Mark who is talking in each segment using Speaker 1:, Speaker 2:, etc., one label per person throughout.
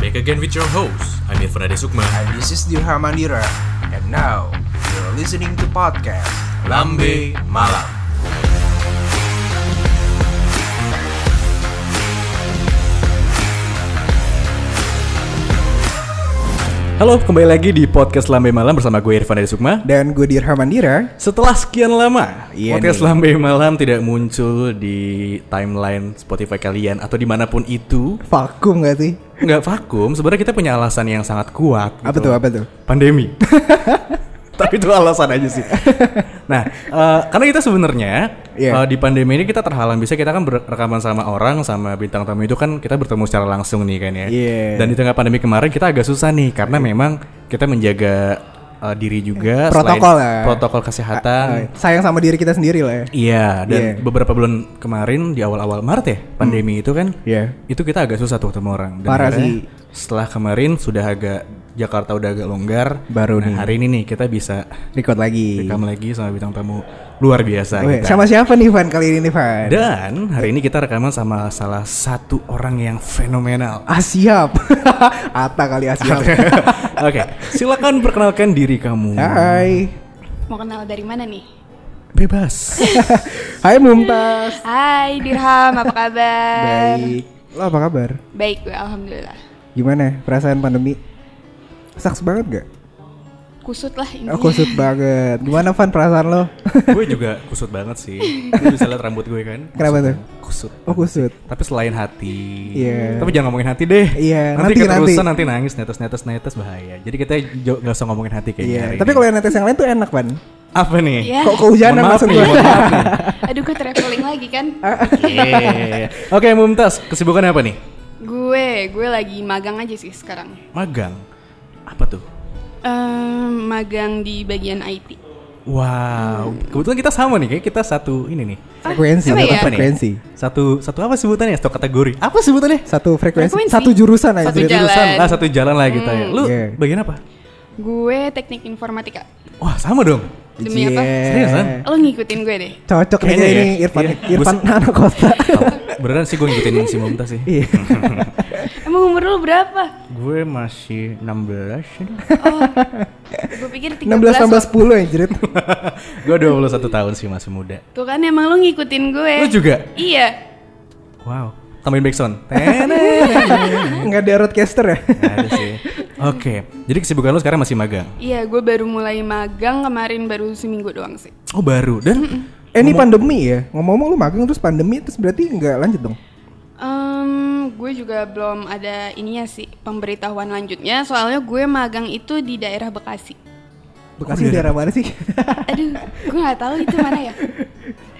Speaker 1: back again with your host. I'm Irfan Ade Sukma.
Speaker 2: And this is Dirham Andira. And now, you're listening to podcast Lambe Malam.
Speaker 3: Halo, kembali lagi di podcast Lambe Malam bersama gue Irfan Ade Sukma.
Speaker 2: Dan gue Dirham Andira.
Speaker 3: Setelah sekian lama,
Speaker 2: Iya
Speaker 3: podcast
Speaker 2: nih.
Speaker 3: Lambe Malam tidak muncul di timeline Spotify kalian atau dimanapun itu.
Speaker 2: Vakum gak sih?
Speaker 3: Nggak vakum, sebenarnya kita punya alasan yang sangat kuat.
Speaker 2: Apa
Speaker 3: gitu.
Speaker 2: tuh, apa tuh?
Speaker 3: Pandemi. Tapi itu alasan aja sih. Nah, eh, karena kita sebenarnya
Speaker 2: Iya.
Speaker 3: eh, di pandemi ini kita terhalang bisa kita kan berekaman sama orang sama bintang tamu itu kan kita bertemu secara langsung nih kan ya.
Speaker 2: Iya.
Speaker 3: Dan di tengah pandemi kemarin kita agak susah nih karena memang kita menjaga eh, diri juga
Speaker 2: Protokol
Speaker 3: selain
Speaker 2: ya.
Speaker 3: protokol kesehatan.
Speaker 2: Sayang sama diri kita sendiri lah ya.
Speaker 3: Iya, dan
Speaker 2: Iya.
Speaker 3: beberapa bulan kemarin di awal-awal Maret ya pandemi itu kan
Speaker 2: Iya.
Speaker 3: itu kita agak susah tuh ketemu orang. Dan
Speaker 2: Parah
Speaker 3: akhirnya
Speaker 2: sih.
Speaker 3: Setelah kemarin sudah agak Jakarta udah agak longgar.
Speaker 2: Baru
Speaker 3: nah,
Speaker 2: nih.
Speaker 3: hari ini nih kita bisa
Speaker 2: Record lagi.
Speaker 3: rekam lagi sama bintang tamu luar biasa.
Speaker 2: Weh,
Speaker 3: kita.
Speaker 2: sama siapa nih Van kali ini nih Van?
Speaker 3: Dan hari ini kita rekaman sama salah satu orang yang fenomenal.
Speaker 2: Ah siap. Ata kali ah siap.
Speaker 3: Oke, silakan perkenalkan diri kamu.
Speaker 2: Hai.
Speaker 4: Mau kenal dari mana nih?
Speaker 3: Bebas.
Speaker 2: Hai Mumtaz.
Speaker 4: Hai Dirham, apa kabar?
Speaker 2: Baik. Lo apa kabar?
Speaker 4: Baik gue, alhamdulillah.
Speaker 2: Gimana perasaan pandemi? Saks banget gak?
Speaker 4: Kusut lah ini.
Speaker 2: Oh, kusut banget. Gimana Van perasaan lo?
Speaker 3: gue juga kusut banget sih. Lu bisa lihat rambut gue kan?
Speaker 2: Kenapa tuh?
Speaker 3: Kusut.
Speaker 2: Oh kusut.
Speaker 3: Tapi selain hati.
Speaker 2: Iya.
Speaker 3: Tapi jangan ngomongin hati deh.
Speaker 2: Iya,
Speaker 3: Nanti,
Speaker 2: nanti,
Speaker 3: keterusan nanti. nangis netes netes netes bahaya. Jadi kita jo- nggak usah ngomongin hati kayaknya.
Speaker 2: Iya.
Speaker 3: hari
Speaker 2: Tapi
Speaker 3: ini.
Speaker 2: kalau Oh, yang netes yang lain tuh enak Van.
Speaker 3: apa nih?
Speaker 4: Iya.
Speaker 2: Kok kehujanan
Speaker 3: Mohon maaf
Speaker 2: maksud
Speaker 3: nih,
Speaker 2: gue?
Speaker 3: mohon maaf nih.
Speaker 4: Aduh gue traveling lagi kan?
Speaker 3: Ah. Iya. Oke, Mumtaz, kesibukan apa nih?
Speaker 4: gue, gue lagi magang aja sih sekarang.
Speaker 3: Magang. Apa tuh?
Speaker 4: Ehm, magang di bagian IT.
Speaker 3: Wow, kebetulan kita sama nih, kayak kita satu ini nih.
Speaker 2: Frekuensi.
Speaker 4: Apa
Speaker 2: Satu
Speaker 4: ya?
Speaker 2: frekuensi.
Speaker 3: Satu satu apa sebutannya? Satu kategori. Apa sebutannya?
Speaker 2: Satu frekuensi.
Speaker 4: Frekuensi.
Speaker 2: Satu jurusan aja.
Speaker 4: Satu
Speaker 2: Jadi-
Speaker 4: jalan. Hmm.
Speaker 3: Ah, satu jalan lah kita ya. Lu
Speaker 2: Iya.
Speaker 3: bagian apa?
Speaker 4: Gue teknik informatika.
Speaker 3: Wah, sama dong.
Speaker 4: Demi apa?
Speaker 2: Iya.
Speaker 3: Seriusan?
Speaker 4: Lo ngikutin gue deh.
Speaker 2: Cocok
Speaker 3: Kayaknya
Speaker 2: kayaknya
Speaker 3: ya.
Speaker 2: ini Irfan.
Speaker 3: Iya.
Speaker 2: Irfan Iya.
Speaker 3: Bus-
Speaker 2: anak kota.
Speaker 3: Beneran sih gue ngikutin si Mumtaz sih.
Speaker 2: Iya.
Speaker 4: Emang umur lo berapa?
Speaker 3: Gue masih 16
Speaker 4: Gue pikir
Speaker 2: 16
Speaker 4: 13.
Speaker 2: tambah 10 ya jerit.
Speaker 3: Gue 21 tahun sih masih muda
Speaker 4: Tuh kan emang lo ngikutin gue.
Speaker 3: Lo juga?
Speaker 4: Iya.
Speaker 3: Wow Tambahin backsound Tenet.
Speaker 2: Enggak ada roadcaster ya?
Speaker 3: Nggak ada sih Oke Jadi kesibukan lo sekarang masih magang?
Speaker 4: Iya, gue baru mulai magang kemarin baru seminggu doang sih.
Speaker 3: Oh baru Dan
Speaker 2: Eh ini pandemi ya? Ngomong-ngomong lu magang terus pandemi terus berarti nggak lanjut dong?
Speaker 4: Em, gue juga belum ada ininya sih pemberitahuan lanjutnya. Soalnya gue magang itu di daerah Bekasi.
Speaker 2: Bekasi daerah mana sih?
Speaker 4: Aduh, gue nggak tahu itu mana ya.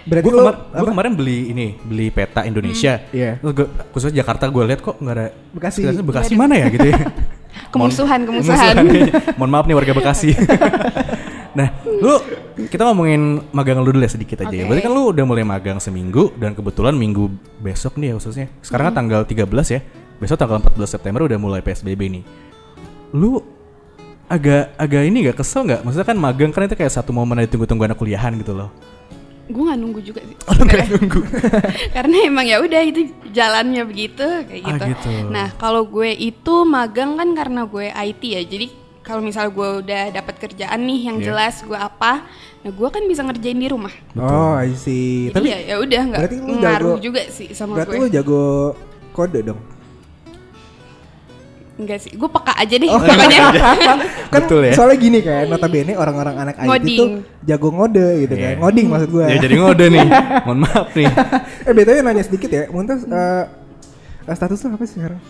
Speaker 2: berarti
Speaker 3: Gue
Speaker 2: lu
Speaker 3: kemarin beli ini Beli peta Indonesia
Speaker 2: Iya.
Speaker 3: Terus gua- Khususnya Jakarta gue lihat kok nggak ada
Speaker 2: Bekasi.
Speaker 3: sekitarnya Bekasi mana ya gitu ya Mohon-
Speaker 4: Kemusuhan, kemusuhan.
Speaker 3: kemusuhan. Mohon maaf nih warga Bekasi Nah lu Kita ngomongin magang lu dulu ya sedikit aja ya
Speaker 4: Oke.
Speaker 3: Berarti kan lu udah mulai magang seminggu Dan kebetulan minggu besok nih ya khususnya Sekarang kan tanggal 13 ya Besok tanggal 14 September udah mulai PSBB nih Lu agak agak ini gak kesel nggak maksudnya kan magang kan itu kayak satu momen ada tunggu-tunggu anak kuliahan gitu loh
Speaker 4: Gue nggak nunggu juga sih.
Speaker 3: orang kayak nunggu
Speaker 4: Karena emang ya udah itu jalannya begitu kayak
Speaker 3: Ah,
Speaker 4: gitu.
Speaker 3: gitu.
Speaker 4: Nah, kalau gue itu magang kan karena gue IT ya. Jadi kalau misal gue udah dapat kerjaan nih yang
Speaker 3: Iya.
Speaker 4: jelas gue apa, nah gue kan bisa ngerjain di rumah.
Speaker 2: Oh, I see.
Speaker 4: Jadi ya ya udah nggak
Speaker 2: berarti lu
Speaker 4: ngaruh
Speaker 2: jago-
Speaker 4: juga sih sama
Speaker 2: berarti lu
Speaker 4: gue.
Speaker 2: jago kode dong.
Speaker 4: Enggak sih, gue peka aja deh pokoknya.
Speaker 2: kan
Speaker 3: Betul ya.
Speaker 2: soalnya gini kan, notabene orang-orang anak IT
Speaker 4: Ngoding.
Speaker 2: tuh jago ngode gitu
Speaker 3: Iya.
Speaker 2: kan. Ngoding maksud gua.
Speaker 3: ya jadi ngode nih mohon maaf nih
Speaker 2: eh BTW nanya sedikit ya, Muntas eh status lu apa sih sekarang?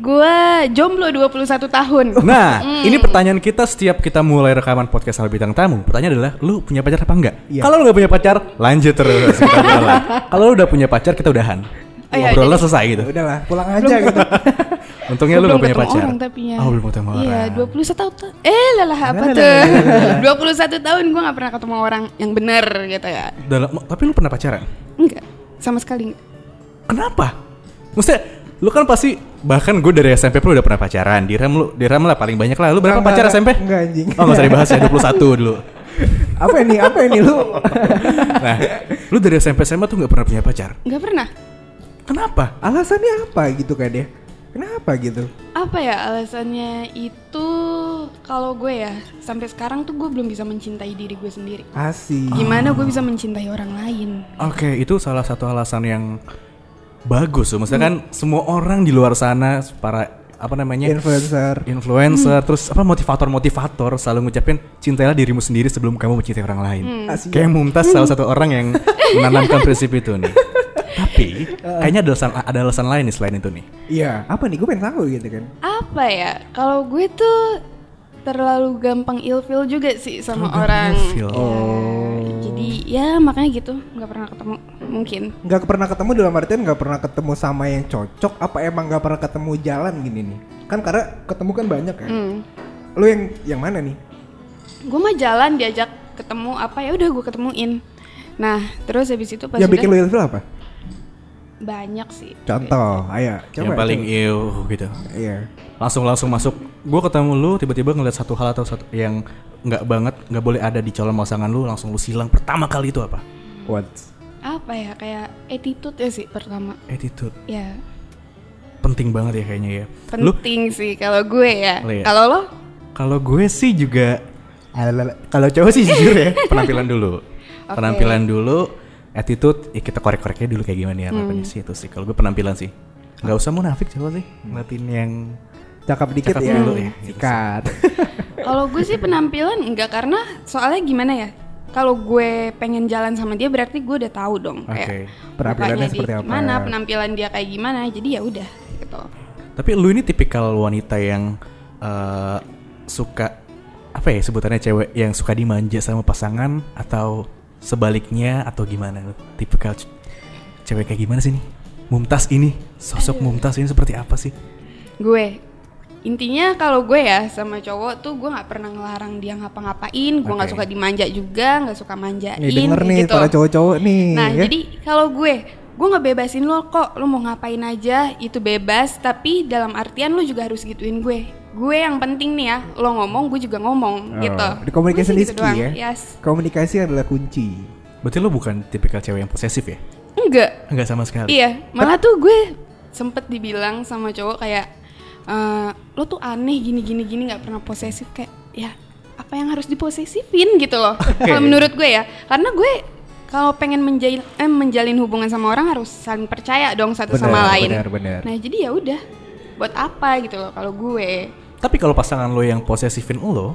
Speaker 4: Gue jomblo 21 tahun.
Speaker 3: nah
Speaker 4: Hmm.
Speaker 3: ini pertanyaan kita setiap kita mulai rekaman podcast Hal bintang tamu pertanyaan adalah lu punya pacar apa enggak
Speaker 2: Iya.
Speaker 3: kalau lu nggak punya pacar lanjut terus kita ngobrol. kalau lu udah punya pacar kita udahan
Speaker 4: Oh, iya,
Speaker 3: ngobrolnya selesai gitu
Speaker 2: Ya udahlah, pulang aja gitu.
Speaker 3: untungnya
Speaker 4: Gua
Speaker 3: lu nggak
Speaker 4: belum
Speaker 3: punya
Speaker 4: ketemu
Speaker 3: pacar
Speaker 4: Orang, tapi ya.
Speaker 3: oh belum ketemu orang
Speaker 4: Iya, 21 tahun. tuh. Eh, lelah apa tuh? 21 tahun gue nggak pernah ketemu orang yang bener gitu ya.
Speaker 3: Dalam- tapi lu pernah pacaran
Speaker 4: Enggak, sama sekali enggak.
Speaker 3: Kenapa? Maksudnya lu kan pasti bahkan gue dari SMP pun udah pernah pacaran. Diram lu, diram lah paling banyak lah. Lu berapa
Speaker 2: Enggak,
Speaker 3: pacar
Speaker 2: enggak,
Speaker 3: SMP?
Speaker 2: enggak, anjing.
Speaker 3: Oh, enggak usah dibahas ya 21 dulu.
Speaker 2: apa ini? Apa ini lu?
Speaker 3: Nah, lu dari SMP SMA tuh nggak pernah punya pacar.
Speaker 4: Enggak pernah.
Speaker 3: Kenapa?
Speaker 2: Alasannya apa gitu kan ya? Kenapa gitu?
Speaker 4: apa ya alasannya itu kalau gue ya sampai sekarang tuh gue belum bisa mencintai diri gue sendiri
Speaker 3: Ah.
Speaker 2: Asik.
Speaker 4: gimana gue bisa mencintai orang lain
Speaker 3: Oke, itu salah satu alasan yang bagus. loh. Maksudnya kan semua orang di luar sana para apa namanya
Speaker 2: Influencer.
Speaker 3: influencer, terus apa motivator-motivator selalu ngucapin cintailah dirimu sendiri sebelum kamu mencintai orang lain.
Speaker 2: Asik.
Speaker 3: Kayak Mumtaz salah satu orang yang menanamkan prinsip itu nih. Tapi kayaknya ada alasan ada alasan lain nih selain itu nih.
Speaker 2: Iya. Apa nih? Gue pengen tahu gitu kan.
Speaker 4: apa ya kalau gue tuh terlalu gampang ilfil juga sih sama orang
Speaker 3: Oh, ilfil. Oh.
Speaker 4: Ya, jadi ya makanya gitu nggak pernah ketemu mungkin
Speaker 2: Nggak pernah ketemu dalam artian nggak pernah ketemu sama yang cocok. Apa emang nggak pernah ketemu jalan gini nih? Kan karena ketemu kan banyak kan.
Speaker 4: Hmm.
Speaker 2: Lu yang yang mana nih?
Speaker 4: gue mah jalan diajak ketemu apa ya udah gue ketemuin nah terus habis itu pas
Speaker 3: Ya,
Speaker 2: yang
Speaker 4: udah-
Speaker 2: bikin lu ilfil apa?
Speaker 4: banyak sih
Speaker 2: Contoh, ayo. Coba,
Speaker 3: yang paling
Speaker 2: coba.
Speaker 3: ill gitu.
Speaker 2: Iya.
Speaker 3: Langsung langsung masuk. Gue ketemu lu tiba-tiba ngeliat satu hal atau satu yang nggak banget nggak boleh ada di calon pasangan lu langsung lu silang pertama kali itu apa?
Speaker 2: What?
Speaker 4: apa ya kayak attitude ya sih pertama
Speaker 3: Attitude
Speaker 4: ya
Speaker 3: penting banget ya kayaknya ya. Lu
Speaker 4: penting sih kalau gue ya
Speaker 3: Lo ya?
Speaker 4: kalau lo
Speaker 3: Kalau gue sih juga alalala. kalau cowok sih jujur ya penampilan dulu. Penampilan dulu, attitude ya kita korek-koreknya dulu kayak gimana ya harapannya sih itu sih. Kalau gue penampilan sih. nggak usah munafik coba sih. Ngeliatin yang
Speaker 2: Cakap dikit
Speaker 3: Cakep
Speaker 2: ya.
Speaker 3: dulu ya, gitu sih.
Speaker 2: Sikat.
Speaker 4: kalau gue sih penampilan enggak karena soalnya gimana ya kalau gue pengen jalan sama dia berarti gue udah tahu dong
Speaker 3: Oke.
Speaker 4: kayak
Speaker 2: Penampilannya
Speaker 4: mukanya dia
Speaker 2: seperti apa.
Speaker 4: gimana penampilan dia kayak gimana jadi ya udah gitu
Speaker 3: Tapi lu ini tipikal wanita yang eh, suka apa ya sebutannya cewek yang suka dimanja sama pasangan atau sebaliknya atau gimana lu? Tipikal ce- cewek kayak gimana sih nih? Mumtaz ini, sosok Mumtaz ini seperti apa sih?
Speaker 4: gue intinya kalau gue ya sama cowok tuh gue nggak pernah ngelarang dia ngapa-ngapain gue nggak
Speaker 3: Oke.
Speaker 4: suka dimanja juga nggak suka manjain
Speaker 2: Nih Eh, denger nih
Speaker 4: gitu.
Speaker 2: para cowok-cowok nih.
Speaker 4: nah
Speaker 2: ya.
Speaker 4: jadi kalau gue gue nggak bebasin lo kok lo mau ngapain aja itu bebas tapi dalam artian lo juga harus gituin gue gue yang penting nih ya lo ngomong gue juga ngomong
Speaker 2: Oh,
Speaker 4: gitu
Speaker 2: Di communication
Speaker 4: Gue
Speaker 2: is
Speaker 4: sih gitu
Speaker 2: key
Speaker 4: doang,
Speaker 2: ya.
Speaker 4: yes.
Speaker 2: Komunikasi adalah kunci.
Speaker 3: Berarti lo bukan tipikal cewek yang posesif ya?
Speaker 4: enggak
Speaker 3: Enggak sama sekali.
Speaker 4: Iya, malah tuh gue sempet dibilang sama cowok kayak "Eh, lo tuh aneh gini gini gini nggak pernah posesif kayak ya apa yang harus diposesifin gitu loh. Kalau menurut gue ya, karena gue kalau pengen menjalin eh, menjalin hubungan sama orang harus saling percaya dong satu sama
Speaker 2: Benar,
Speaker 4: lain.
Speaker 2: benar, benar.
Speaker 4: Nah, jadi ya udah buat apa gitu loh kalau gue.
Speaker 3: Tapi kalau pasangan lo yang posesifin lo,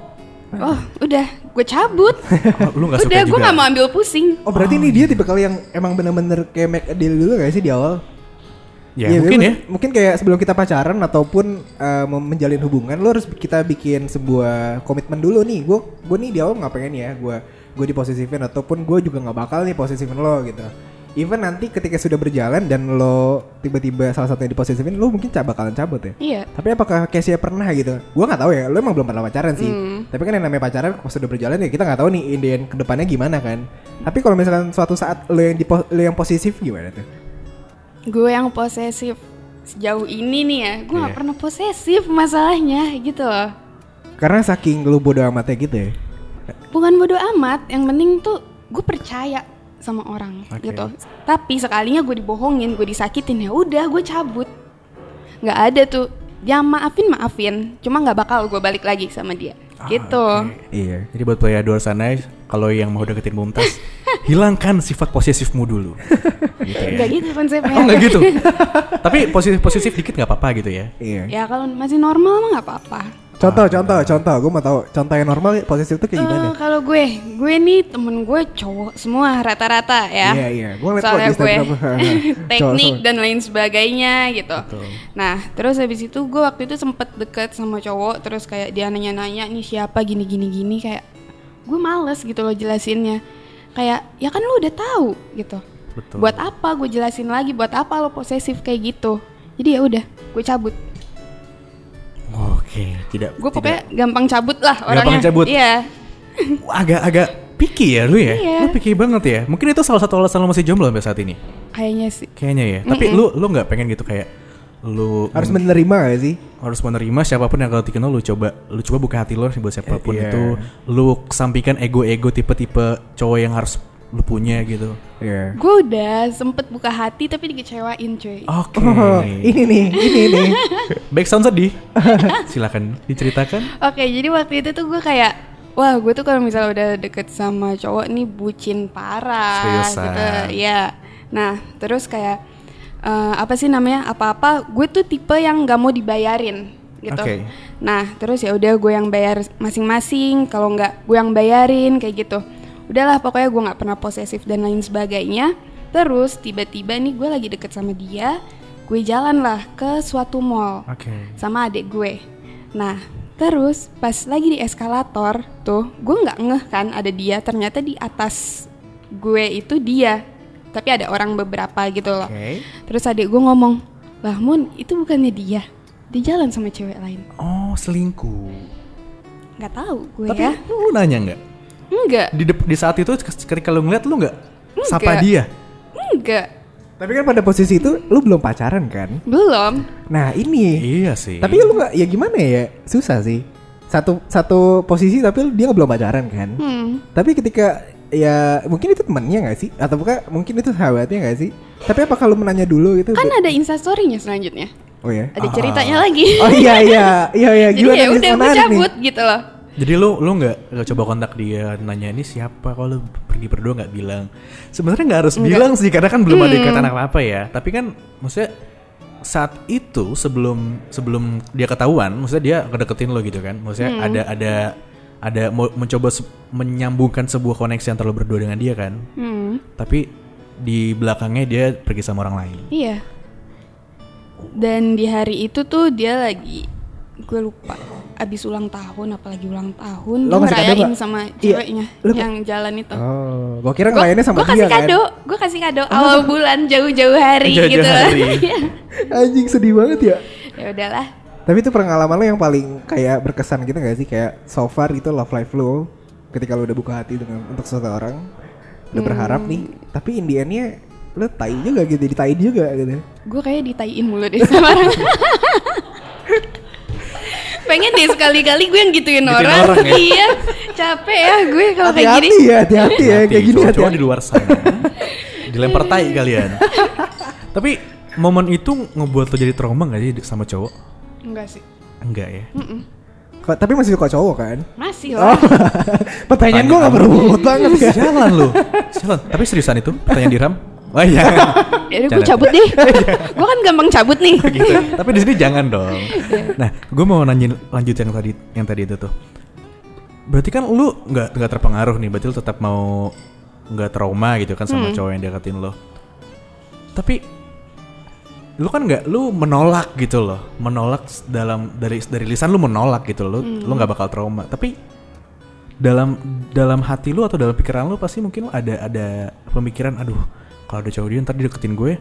Speaker 4: Oh, udah, gue cabut.
Speaker 3: lo nggak suka
Speaker 4: udah, gue
Speaker 3: juga.
Speaker 4: nggak mau ambil pusing.
Speaker 2: Oh berarti ini dia tipe kali yang emang bener-bener kayak make a deal dulu gak sih di awal?
Speaker 3: Ya,
Speaker 2: Iya,
Speaker 3: mungkin
Speaker 2: dia
Speaker 3: ya.
Speaker 2: mus- Mungkin kayak sebelum kita pacaran ataupun eh, mem- menjalin hubungan, lo harus kita bikin sebuah komitmen dulu nih. Gue gue nih di awal nggak pengen ya, gue gue diposesifin ataupun gue juga nggak bakal nih posesifin lo gitu. Even nanti ketika sudah berjalan dan lo tiba-tiba salah satunya diposesifin, lo mungkin ca- bakalan cabut ya.
Speaker 4: Iya.
Speaker 2: Tapi apakah Casey pernah gitu? Gua nggak tahu ya. Lo emang belum pernah pacaran sih. Tapi kan yang namanya pacaran pas sudah berjalan ya kita nggak tahu nih Indian kedepannya gimana kan. Tapi kalau misalkan suatu saat lo yang di lo yang posesif gimana tuh?
Speaker 4: gue yang posesif sejauh ini nih ya gue
Speaker 3: Iya.
Speaker 4: nggak pernah posesif masalahnya gitu loh
Speaker 2: Karena saking lo bodo amatnya gitu ya.
Speaker 4: bukan bodoh amat yang penting tuh gue percaya sama orang
Speaker 3: Oke.
Speaker 4: gitu tapi sekalinya gue dibohongin gue disakitin ya udah gue cabut nggak ada tuh ya maafin maafin cuma nggak bakal gue balik lagi sama dia
Speaker 3: Ah,
Speaker 4: gitu
Speaker 2: Iya.
Speaker 3: Jadi buat playa luar sana, kalau yang mau deketin Mumtaz, hilangkan sifat posesifmu dulu. gitu ya.
Speaker 4: nggak gitu konsepnya
Speaker 3: Oh nggak gitu. Tapi posesif-posesif dikit nggak apa-apa gitu ya.
Speaker 2: Iya.
Speaker 4: ya kalau masih normal mah nggak apa-apa
Speaker 2: Contoh, contoh, contoh. Gue mau tahu contoh yang normal posesif tuh kayak gimana?
Speaker 4: Eh, kalau gue gue nih temen gue cowok semua rata-rata ya
Speaker 2: Iya, iya. Gue ngeliat kok di
Speaker 4: soalnya gue
Speaker 2: Instagram. Cowok
Speaker 4: teknik
Speaker 2: semua.
Speaker 4: dan lain sebagainya gitu nah terus habis itu gue waktu itu sempet deket sama cowok terus kayak dia nanya-nanya nih siapa gini gini gini kayak gue males gitu loh jelasinnya kayak ya kan lu udah tahu gitu
Speaker 3: Betul.
Speaker 4: buat apa gue jelasin lagi buat apa lo posesif kayak gitu jadi ya udah gue cabut
Speaker 3: Oke, tidak.
Speaker 4: gue
Speaker 3: tidak-
Speaker 4: pokoknya gampang cabut lah
Speaker 3: Gampang
Speaker 4: orangnya
Speaker 3: cabut.
Speaker 4: iya
Speaker 3: agak-agak picky ya lu ya.
Speaker 4: Iya.
Speaker 3: Lu picky banget ya. Mungkin itu salah satu alasan lo masih jomblo sampai saat ini.
Speaker 4: kayaknya sih
Speaker 3: Kayaknya ya. Tapi lu lu nggak pengen gitu kayak lu
Speaker 2: Harus menerima gak sih?
Speaker 3: harus menerima siapapun yang kalau tiken lo lu coba lu coba buka hati lo buat siapapun
Speaker 2: Eh, iya.
Speaker 3: itu lu sampaikan ego-ego tipe-tipe cowok yang harus lu punya gitu.
Speaker 2: Iya.
Speaker 4: Gue udah sempet buka hati tapi dikecewain cuy.
Speaker 3: Oke.
Speaker 2: Oh, ini nih, ini nih.
Speaker 3: Back sound sedih. Silakan diceritakan.
Speaker 4: Oke, jadi waktu itu tuh gue kayak wah gue tuh kalau misalnya udah deket sama cowok nih bucin parah
Speaker 3: Seriusan.
Speaker 4: gitu ya nah terus kayak eh, apa sih namanya apa-apa gue tuh tipe yang gak mau dibayarin gitu
Speaker 3: Oke.
Speaker 4: nah terus ya udah gue yang bayar masing-masing kalau nggak gue yang bayarin kayak gitu udahlah pokoknya gue nggak pernah posesif dan lain sebagainya terus tiba-tiba nih gue lagi deket sama dia gue jalan lah ke suatu mall
Speaker 3: Oke.
Speaker 4: sama adik gue. Nah, terus pas lagi di eskalator tuh, gue nggak ngeh kan ada dia. Ternyata di atas gue itu dia, tapi ada orang beberapa gitu loh. Terus adik gue ngomong, lah Mun itu bukannya dia, dia jalan sama cewek lain.
Speaker 3: Oh, selingkuh.
Speaker 4: Nggak tahu gue
Speaker 3: Tapi
Speaker 4: ya.
Speaker 3: lu nanya nggak?
Speaker 4: Enggak,
Speaker 3: Di dep- di saat itu ketika lu ngeliat lu nggak sapa
Speaker 4: Nggak.
Speaker 3: dia?
Speaker 4: enggak,
Speaker 2: Tapi kan pada posisi itu lu belum pacaran kan?
Speaker 4: belum.
Speaker 2: Nah, ini.
Speaker 3: Iya sih.
Speaker 2: Tapi lu nggak ya gimana ya? Susah sih. Satu satu posisi tapi dia belum pacaran kan?
Speaker 4: Hmm.
Speaker 2: Tapi ketika ya mungkin itu temennya nggak sih? Atau bukan mungkin itu sahabatnya nggak sih? Tapi apa kalau menanya dulu gitu?
Speaker 4: Kan ada instastorynya selanjutnya,
Speaker 2: Oh ya.
Speaker 4: ada ceritanya lagi.
Speaker 2: Oh iya iya iya iya
Speaker 4: Jadi
Speaker 2: gimana
Speaker 4: ya
Speaker 2: nih?
Speaker 4: udah gue
Speaker 2: Menarik nih.
Speaker 4: cabut gitu loh.
Speaker 3: Jadi lu lu nggak nggak coba kontak dia nanya ini siapa kalau lu pergi berdua nggak bilang. Sebenarnya nggak harus bilang sih karena kan belum ada ikatan apa apa ya. Tapi kan maksudnya saat itu sebelum sebelum dia ketahuan, maksudnya dia kedeketin lo gitu kan. Maksudnya ada ada ada mau mencoba se- menyambungkan sebuah koneksi antara lo berdua dengan dia kan.
Speaker 4: Hmm.
Speaker 3: Tapi di belakangnya dia pergi sama orang lain.
Speaker 4: Iya. Dan di hari itu tuh dia lagi gue lupa abis ulang tahun apalagi ulang tahun
Speaker 2: Lo kasih
Speaker 4: dia
Speaker 2: kado
Speaker 4: ngerayain
Speaker 2: nggak?
Speaker 4: sama
Speaker 2: Iya,
Speaker 4: ceweknya
Speaker 2: lo-
Speaker 4: yang jalan itu.
Speaker 2: Oh, gua kira
Speaker 4: Gue
Speaker 2: ngelayannya sama dia
Speaker 4: kasih
Speaker 2: kan.
Speaker 4: kado, gue kasih kado awal bulan jauh-jauh hari
Speaker 3: Jauh-jauh
Speaker 4: gitu.
Speaker 3: hari.
Speaker 4: Iya.
Speaker 2: Anjing sedih banget ya.
Speaker 4: ya udahlah.
Speaker 2: Tapi itu pengalaman lo yang paling kayak berkesan gitu gak sih? Kayak so far gitu love life lo ketika lo udah buka hati dengan untuk seseorang lo
Speaker 4: Hmm.
Speaker 2: berharap nih, tapi in the end-nya lo tai juga gitu, ditain juga gitu.
Speaker 4: Gue kayak ditaiin mulu deh sama orang. Pengen deh sekali-kali gue yang gituin orang.
Speaker 3: orang ya.
Speaker 4: Iya. Capek ya gue kalau kayak gini.
Speaker 2: Hati-hati ya, hati-hati ya kayak
Speaker 3: Nanti
Speaker 2: gini
Speaker 3: cowok-cowok
Speaker 2: hati
Speaker 3: di luar sana dilempar tai kalian. Tapi momen itu ngebuat lo jadi trauma gak sih sama cowok?
Speaker 4: Enggak sih.
Speaker 3: Enggak ya.
Speaker 2: Tapi masih suka cowok kan?
Speaker 4: Masih lah.
Speaker 2: Pertanyaan gue gak berbobot banget ya.
Speaker 3: Jalan lo. Jalan. Tapi seriusan itu pertanyaan diram? Wah iya.
Speaker 4: Ya udah gue
Speaker 3: Bercanda.
Speaker 4: cabut deh.
Speaker 3: Iya.
Speaker 4: gue kan gampang cabut nih.
Speaker 3: gitu. Tapi di sini jangan dong. Nah, gue mau nanyain lanjut yang tadi yang tadi itu tuh. Berarti kan lu nggak nggak terpengaruh nih, berarti lu tetap mau nggak trauma gitu kan sama cowok yang deketin lo. Tapi lu kan nggak lu menolak gitu loh, menolak s- dalam dari dari lisan lu menolak gitu loh, lu nggak bakal trauma. Tapi dalam dalam hati lu atau dalam pikiran lu pasti mungkin lu ada ada pemikiran aduh kalau ada cowok dia ntar dia deketin gue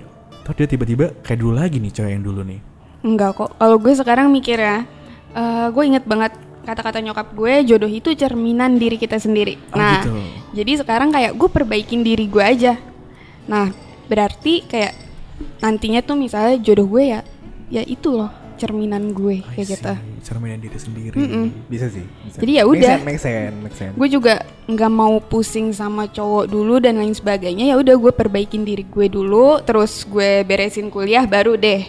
Speaker 3: ntar dia tiba-tiba kayak dulu lagi nih cowok yang dulu nih
Speaker 4: Enggak kok. Kalau gue sekarang mikir ya, eh, gue inget banget kata-kata nyokap gue, jodoh itu cerminan diri kita sendiri.
Speaker 3: Oh,
Speaker 4: nah,
Speaker 3: gitu.
Speaker 4: jadi sekarang kayak gue perbaikin diri gue aja. Nah, berarti kayak nantinya tuh misalnya jodoh gue ya, ya itu loh cerminan gue kayak gitu.
Speaker 3: Si cerminan diri sendiri
Speaker 2: Bisa sih. Bisa.
Speaker 4: Jadi ya
Speaker 2: Make
Speaker 4: udah.
Speaker 2: sense, Make sense, make sense.
Speaker 4: Gue juga nggak mau pusing sama cowok dulu dan lain sebagainya. Ya udah gue perbaikin diri gue dulu, terus gue beresin kuliah baru deh.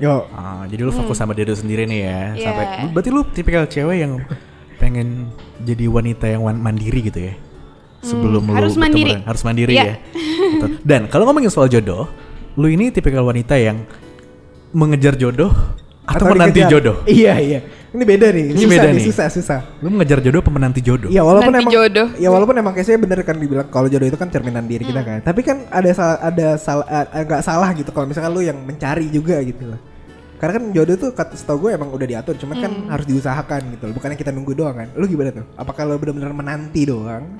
Speaker 2: Yo,
Speaker 3: Ah, jadi lu
Speaker 4: Mm.
Speaker 3: fokus sama diri lu sendiri nih ya
Speaker 4: Iya.
Speaker 3: sampai berarti lu tipikal cewek yang pengen jadi wanita yang wan- mandiri gitu ya sebelum lu
Speaker 4: Mm. harus
Speaker 3: bertemu
Speaker 4: mandiri.
Speaker 3: dengan- harus mandiri
Speaker 4: Iya.
Speaker 3: ya Betul. dan kalau ngomongin soal jodoh lu ini tipikal wanita yang mengejar jodoh atau, menanti
Speaker 2: dikejar.
Speaker 3: jodoh
Speaker 2: Iya iya. Ini beda nih.
Speaker 3: Ini
Speaker 2: susah
Speaker 3: beda
Speaker 2: nih.
Speaker 3: nih.
Speaker 2: Susah susah.
Speaker 3: lu mengejar jodoh apa menanti jodoh
Speaker 2: Ya walaupun
Speaker 4: Nanti
Speaker 2: emang
Speaker 4: jodoh.
Speaker 2: Ya walaupun emang case-nya bener kan dibilang kalau jodoh itu kan cerminan diri kita
Speaker 4: Hmm.
Speaker 2: kan. Tapi kan ada salah ada salah agak salah gitu kalau misalkan lu yang mencari juga gitu loh. Karena kan jodoh tuh kata setahu gue emang udah diatur, cuman kan
Speaker 4: Hmm.
Speaker 2: harus diusahakan gitu loh. Bukannya kita nunggu doang kan. Lu gimana tuh? Apakah lu benar-benar menanti doang?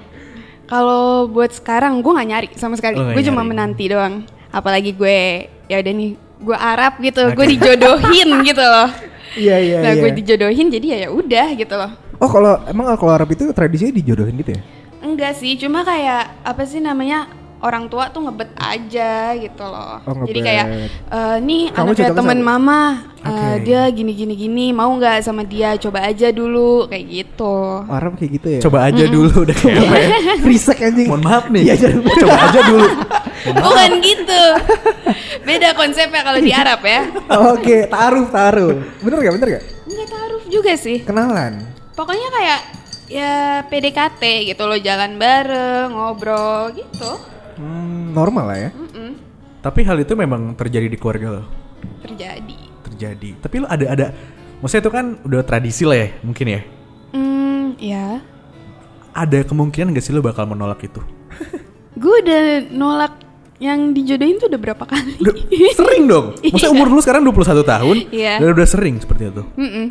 Speaker 4: Kalau buat sekarang gue nggak nyari sama sekali.
Speaker 3: Lo nggak
Speaker 4: Gue cuma
Speaker 3: nyari.
Speaker 4: menanti doang. Apalagi gue ya udah nih gue Arab gitu, gue dijodohin gitu loh.
Speaker 2: Iya iya
Speaker 4: nah
Speaker 2: iya.
Speaker 4: gue dijodohin jadi ya ya udah gitu loh.
Speaker 2: Oh kalau emang kalau Arab itu tradisinya dijodohin gitu ya?
Speaker 4: Enggak sih, cuma kayak apa sih namanya orang tua tuh ngebet aja gitu loh.
Speaker 2: Oh,
Speaker 4: Jadi
Speaker 2: ngebet.
Speaker 4: kayak eh, nih
Speaker 2: Kamu
Speaker 4: anaknya
Speaker 2: cocoknya
Speaker 4: temen
Speaker 2: sama-
Speaker 4: mama eh, dia gini gini gini mau nggak sama dia coba aja dulu kayak gitu
Speaker 2: Orang kayak gitu ya.
Speaker 3: Coba aja dulu udah kayak apa ya?
Speaker 2: Risek anjing.
Speaker 3: Mohon maaf nih.
Speaker 2: Iya, jangan.
Speaker 3: Coba aja dulu.
Speaker 4: bukan gitu beda konsepnya kalau di Arab ya
Speaker 2: Oke, taruh, taruh. Bener gak, bener gak?
Speaker 4: nggak taruh juga sih
Speaker 2: Kenalan.
Speaker 4: pokoknya kayak ya PDKT gitu loh jalan bareng ngobrol gitu
Speaker 2: Hmm, normal lah ya.
Speaker 4: Mm-mm,
Speaker 3: Tapi hal itu memang terjadi di keluarga lo.
Speaker 4: terjadi
Speaker 3: Terjadi. Tapi lo ada ada maksudnya itu kan udah tradisi lah ya, mungkin ya.
Speaker 4: hmm ya
Speaker 3: Ada kemungkinan gak sih lo bakal menolak itu?
Speaker 4: gue udah nolak yang dijodohin tuh udah berapa kali
Speaker 3: Udah sering dong. Maksudnya umur lu sekarang 21 tahun
Speaker 4: Iya.
Speaker 3: dan udah sering seperti itu.
Speaker 4: Mm-mm.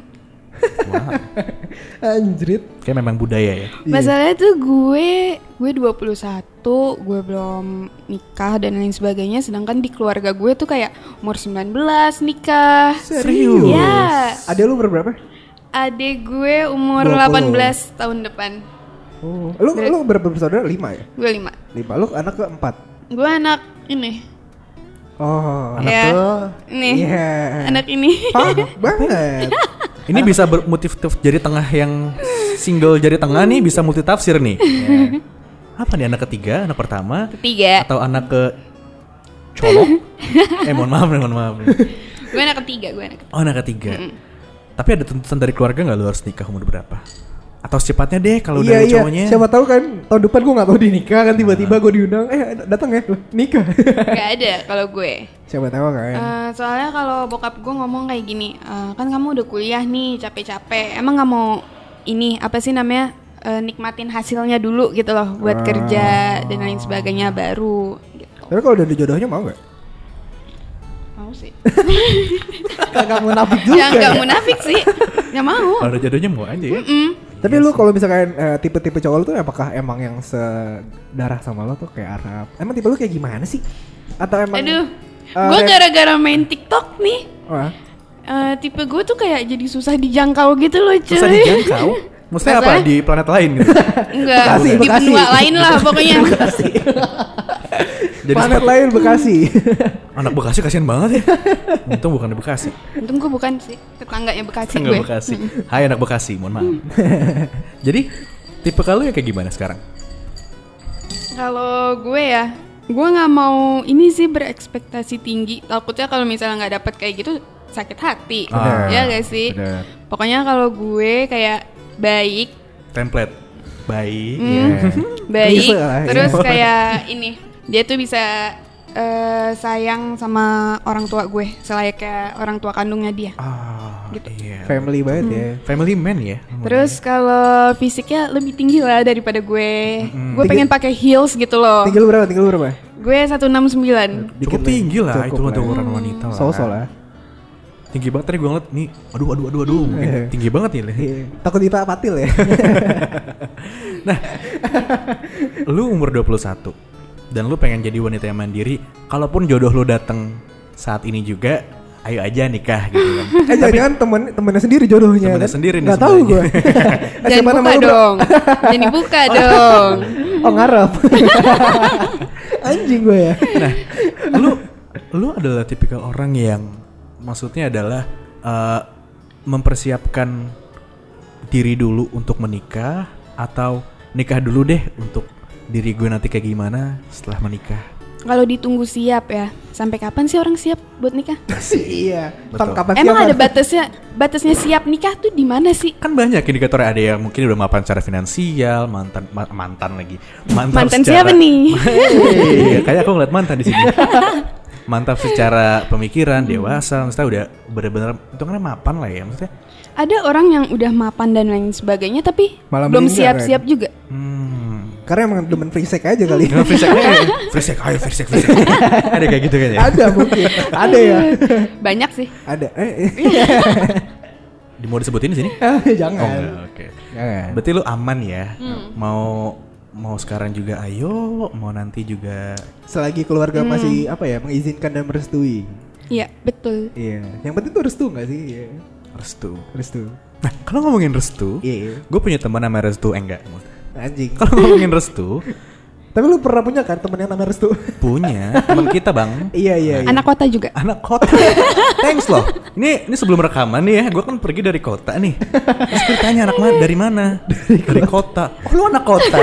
Speaker 2: Anjrit.
Speaker 3: Kayak memang budaya ya.
Speaker 2: Iya.
Speaker 4: Masalahnya tuh gue gue 21, gue belum nikah dan lain sebagainya sedangkan di keluarga gue tuh kayak umur 19 nikah.
Speaker 3: Serius?
Speaker 2: Iya.
Speaker 4: Ya.
Speaker 2: Ada lu berapa?
Speaker 4: Adek gue umur
Speaker 2: 20.
Speaker 4: 18 tahun depan.
Speaker 2: Oh. Lu lu berapa bersaudara? Lima ya?
Speaker 4: Gue 5.
Speaker 2: Lima. Lu anak keempat.
Speaker 4: Gue anak ini.
Speaker 2: Oh.
Speaker 3: Anak
Speaker 4: ya.
Speaker 3: tuh.
Speaker 4: Ini.
Speaker 2: Iya.
Speaker 4: Anak ini.
Speaker 2: Paham banget.
Speaker 3: Ini bisa bermotif jari tengah yang single jari tengah nih bisa multitafsir nih. Apa nih anak ketiga, anak pertama,
Speaker 4: Ketiga.
Speaker 3: atau anak ke colok? eh mohon maaf nih, mohon maaf. nih.
Speaker 4: Gue anak ketiga, gue anak.
Speaker 3: Oh anak ketiga. Tapi ada tuntutan dari keluarga nggak lu harus nikah umur berapa? Atau secepatnya deh kalau udah
Speaker 2: Iya,
Speaker 3: ada
Speaker 2: iya.
Speaker 3: cowoknya.
Speaker 2: Siapa tahu kan tahun depan gua gak tahu dia nikah kan tiba-tiba gua diundang, eh datang ya, Loh, nikah.
Speaker 4: Gak ada kalau gue.
Speaker 2: Siapa tahu kan.
Speaker 4: Eh, soalnya kalau bokap gue ngomong kayak gini, "Eh, kan kamu udah kuliah nih capek-capek, emang nggak mau ini apa sih namanya eh, nikmatin hasilnya dulu gitu loh buat kerja dan lain sebagainya baru. Gitu.
Speaker 2: Tapi kalau udah ada jodohnya mau gak?
Speaker 4: Mau sih?
Speaker 2: Kagak munafik juga.
Speaker 4: ya nggak
Speaker 2: ya.
Speaker 4: munafik sih, nggak mau.
Speaker 3: Kalau ada jodohnya mau aja ya.
Speaker 4: Mm.
Speaker 2: Tapi lu kalau misalkan eh, tipe-tipe cowok lu tuh apakah emang yang sedarah sama lo tuh kayak Arab? Emang tipe lu kayak gimana sih? Atau emang
Speaker 4: Aduh,
Speaker 2: eh,
Speaker 4: gue gara-gara main TikTok nih.
Speaker 2: Wah.
Speaker 4: eh, tipe gue tuh kayak jadi susah dijangkau gitu loh cuy
Speaker 3: Susah dijangkau. Maksudnya apa
Speaker 4: Masalahnya-
Speaker 3: di planet lain gitu.
Speaker 4: Enggak,
Speaker 2: Bekasi,
Speaker 4: di
Speaker 2: Bekasi.
Speaker 4: benua lain lah pokoknya
Speaker 3: Jadi
Speaker 2: Planet
Speaker 3: seperti-
Speaker 2: lain Bekasi.
Speaker 3: anak Bekasi kasihan banget ya. Untung bukan di Bekasi.
Speaker 4: Untung gue bukan sih, tetangganya Bekasi
Speaker 3: Enggak
Speaker 4: gue Mm.
Speaker 3: Bekasi. Hai anak Bekasi, mohon maaf. Jadi tipe kalau ya kayak gimana sekarang?
Speaker 4: Kalau gue ya, gue nggak mau ini sih berekspektasi tinggi. Takutnya kalau misalnya nggak dapet kayak gitu sakit hati,
Speaker 3: Benar,
Speaker 2: Ah,
Speaker 4: ya gak sih?
Speaker 3: benar.
Speaker 4: Pokoknya kalau gue kayak baik,
Speaker 3: Template baik.
Speaker 4: Mm.
Speaker 3: ya.
Speaker 4: baik,
Speaker 2: Klise lah,
Speaker 4: terus kayak ini dia tuh bisa eh, sayang sama orang tua gue selayaknya orang tua kandungnya dia.
Speaker 3: Ah,
Speaker 4: Gitu.
Speaker 3: iya.
Speaker 2: Family banget ya.
Speaker 3: Family man ya.
Speaker 4: Terus kalau fisiknya lebih tinggi lah daripada gue. Gue
Speaker 2: Tinggi-
Speaker 4: pengen pakai heels gitu loh.
Speaker 2: Tinggi lu berapa? Tinggi lu berapa?
Speaker 4: Gue 169.
Speaker 3: Cukup
Speaker 2: Dikit
Speaker 3: tinggi lah
Speaker 2: Cukup ya.
Speaker 3: itu untuk orang wanita lah.
Speaker 2: Sosok lah.
Speaker 3: Tinggi banget tadi gue ngeliat nih. Aduh aduh aduh aduh. mungkin
Speaker 2: Iya.
Speaker 3: tinggi banget nih.
Speaker 2: Iya. Takut kita apatil ya.
Speaker 3: lu umur 21 dan lu pengen jadi wanita yang mandiri, kalaupun jodoh lu datang saat ini juga, ayo aja nikah gitu kan.
Speaker 2: eh jangan-jangan temen temennya sendiri jodohnya.
Speaker 3: Temennya
Speaker 2: kan?
Speaker 3: sendiri nih
Speaker 2: Nggak tahu gue.
Speaker 3: sebenarnya.
Speaker 2: Eh,
Speaker 4: Jangan buka dong. Jangan dibuka dong.
Speaker 2: Oh ngarep. Anjing gue ya.
Speaker 3: Nah, lu lu adalah tipikal orang yang maksudnya adalah eh, mempersiapkan diri dulu untuk menikah atau nikah dulu deh untuk diri gue nanti kayak gimana setelah menikah.
Speaker 4: Kalau ditunggu siap ya. Sampai kapan sih orang siap buat nikah?
Speaker 2: iya.
Speaker 3: Betul.
Speaker 2: Tang kapan
Speaker 4: Emang
Speaker 2: siapa?
Speaker 4: ada batasnya? Batasnya siap nikah tuh di mana sih?
Speaker 3: Kan banyak indikatornya ada yang mungkin udah mapan secara finansial, mantan ma- mantan lagi.
Speaker 4: Mantan
Speaker 3: secara-
Speaker 4: siapa nih?
Speaker 3: Iya, kayak aku ngeliat mantan di sini. Mantap secara pemikiran, dewasa, maksudnya udah bener-bener itu kan mapan lah ya, maksudnya
Speaker 4: Ada orang yang udah mapan dan lain sebagainya tapi
Speaker 2: Malah
Speaker 4: belum
Speaker 2: meninggal,
Speaker 4: siap-siap juga.
Speaker 3: hmm,
Speaker 2: Karena emang demen free sex aja kali.
Speaker 3: Dengan free sex-nya kayak, free sex, ayo free sex, free sex. Ada kayak gitu kan ya?
Speaker 2: ada mungkin. ada ya.
Speaker 4: Iya. Banyak sih.
Speaker 2: Ada. Eh,
Speaker 4: Iya.
Speaker 3: Di mau disebutin di sini?
Speaker 2: eh,
Speaker 3: Oh enggak,
Speaker 2: jangan.
Speaker 3: oke.
Speaker 2: Jangan.
Speaker 3: Berarti lu aman ya? Mau mau sekarang juga ayo, mau nanti juga
Speaker 2: Selagi keluarga
Speaker 4: Hmm.
Speaker 2: masih apa ya mengizinkan dan merestui.
Speaker 4: Iya, betul.
Speaker 2: Iya. Yang penting tuh restu nggak sih? Iya.
Speaker 3: restu.
Speaker 2: Restu.
Speaker 3: Nah, kalau ngomongin restu,
Speaker 2: Iya.
Speaker 3: gue punya teman namanya restu eh, enggak.
Speaker 2: Anjing.
Speaker 3: Kalau ngomongin restu,
Speaker 2: Tapi lu pernah punya kan temen yang namanya Restu?
Speaker 3: Punya teman kita bang.
Speaker 2: iya iya. iya.
Speaker 4: Anak kota juga.
Speaker 3: Anak kota. Thanks loh. Ini ini sebelum rekaman nih ya, gue kan pergi dari kota nih. Terus gue tanya anak mana dari mana? Dari, kota. Oh lu anak kota.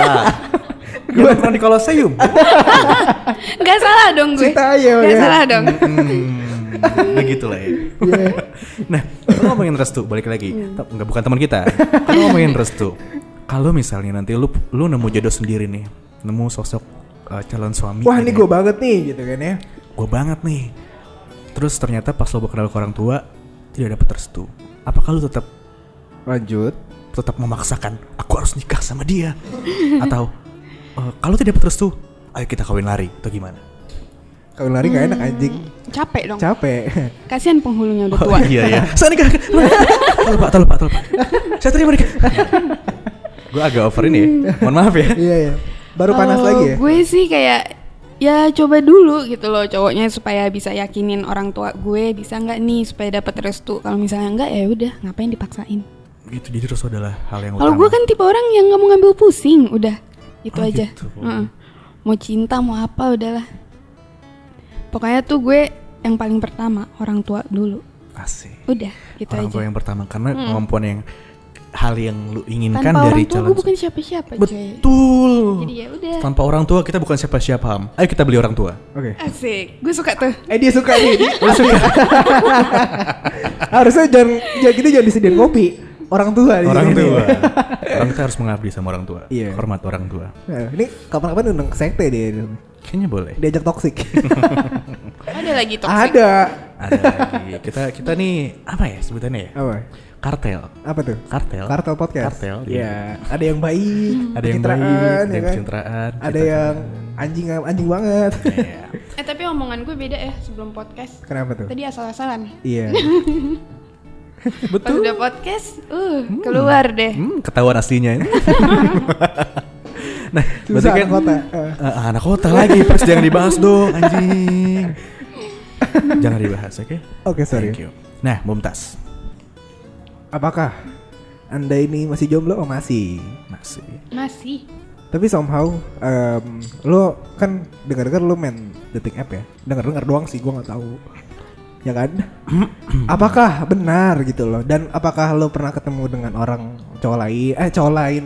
Speaker 3: Gue pernah di Kolosseum.
Speaker 4: Gak salah dong gue.
Speaker 2: Cinta ayo,
Speaker 4: Gak
Speaker 2: ya.
Speaker 4: salah dong.
Speaker 3: Hmm, begitu lah ya. nah, lu ngomongin restu balik lagi.
Speaker 2: Hmm.
Speaker 3: Ta- Nggak bukan teman kita. Kalau ngomongin restu, kalau misalnya nanti lu lu nemu jodoh sendiri nih, nemu sosok uh, calon suami.
Speaker 2: Wah
Speaker 3: gitu
Speaker 2: ini
Speaker 3: ya.
Speaker 2: gue banget nih gitu kan ya.
Speaker 3: gue banget nih. Terus ternyata pas lo berkenal ke orang tua tidak dapat restu. Apakah lu tetap
Speaker 2: Lanjut.
Speaker 3: tetap memaksakan aku harus nikah sama dia atau "Eh, kalau tidak dapat restu, ayo kita kawin lari atau gimana?
Speaker 2: Kalau lari nggak enak anjing.
Speaker 4: Capek dong.
Speaker 2: Capek.
Speaker 4: Kasihan penghulunya udah
Speaker 3: Oh,
Speaker 4: tua.
Speaker 3: iya ya. Saya nikah. Tolong pak, tolong pak, tolong pak. Saya terima nikah. gue agak over ini. ya. Mohon maaf ya.
Speaker 2: Iya iya. Baru panas
Speaker 4: Kalau
Speaker 2: lagi ya.
Speaker 4: Gue sih kayak ya coba dulu gitu loh cowoknya supaya bisa yakinin orang tua gue bisa nggak nih supaya dapat restu. Kalau misalnya enggak ya udah ngapain dipaksain.
Speaker 3: Gitu jadi restu adalah hal yang
Speaker 4: Kalau gue kan tipe orang yang nggak mau ngambil pusing, udah
Speaker 3: Oh,
Speaker 4: itu aja.
Speaker 3: gitu.
Speaker 4: Heeh. Mau cinta mau apa udahlah. Pokoknya tuh gue yang paling pertama orang tua dulu.
Speaker 3: asik.
Speaker 4: Udah kan gitu
Speaker 3: orang
Speaker 4: aja. Mm.
Speaker 3: tua yang pertama karena kemampuan yang hal yang lu inginkan
Speaker 4: Tanpa
Speaker 3: dari
Speaker 4: orang tua
Speaker 3: calon
Speaker 4: gue bukan siapa-siapa, coy.
Speaker 3: Betul.
Speaker 4: Jadi ya udah.
Speaker 3: Iya. Tanpa orang tua kita bukan siapa-siapa. Ham. Ayo kita beli orang tua.
Speaker 2: Oke.
Speaker 4: Asik, gue suka tuh.
Speaker 2: Eh dia suka nih. Dia suka. Harusnya jangan jangan gitu jangan disediain kopi. Orang tua di
Speaker 3: Orang
Speaker 2: sini.
Speaker 3: tua. orang tua harus mengabdi sama orang tua.
Speaker 2: Iya.
Speaker 3: Hormat orang tua.
Speaker 2: Nah, ini kapan-kapan undang ke sekte dia
Speaker 3: Kayaknya boleh.
Speaker 2: diajak toksik.
Speaker 4: Ada lagi toxic.
Speaker 2: Ada.
Speaker 3: Ada lagi. Kita kita nih apa ya sebutannya ya?
Speaker 2: Apa?
Speaker 3: Kartel.
Speaker 2: Apa tuh?
Speaker 3: Kartel.
Speaker 2: Kartel podcast.
Speaker 3: Kartel.
Speaker 2: Iya. Ada yang baik,
Speaker 3: Ada yang
Speaker 2: pencitraan,
Speaker 3: baik, ada
Speaker 2: ya
Speaker 3: yang
Speaker 2: kan?
Speaker 3: pencitraan,
Speaker 2: Ada
Speaker 3: kita-
Speaker 2: yang anjing anjing banget.
Speaker 3: Iya.
Speaker 4: Eh tapi omongan gue beda ya sebelum podcast.
Speaker 2: Kenapa tuh?
Speaker 4: Tadi asal-asalan.
Speaker 2: Iya.
Speaker 4: Pas udah podcast, uh, keluar deh.
Speaker 3: Hmm, ketahuan aslinya. nah, berarti
Speaker 2: Susah
Speaker 3: kan
Speaker 2: anak kota. Eh.
Speaker 3: Eh, anak kota lagi, pas jangan dibahas dong, anjing. jangan dibahas, oke?
Speaker 2: Oke, sorry.
Speaker 3: Thank you. Nah, Mumtaz,
Speaker 2: Apakah Anda ini masih jomblo? Oh, masih.
Speaker 3: masih.
Speaker 4: Masih.
Speaker 2: Tapi somehow em, lo kan dengar-dengar lo main dating app ya. Dengar-dengar doang sih, gua nggak tahu. Ya kan? apakah benar gitu loh? Dan apakah lo pernah ketemu dengan orang cowok lain? Eh, cowok lain.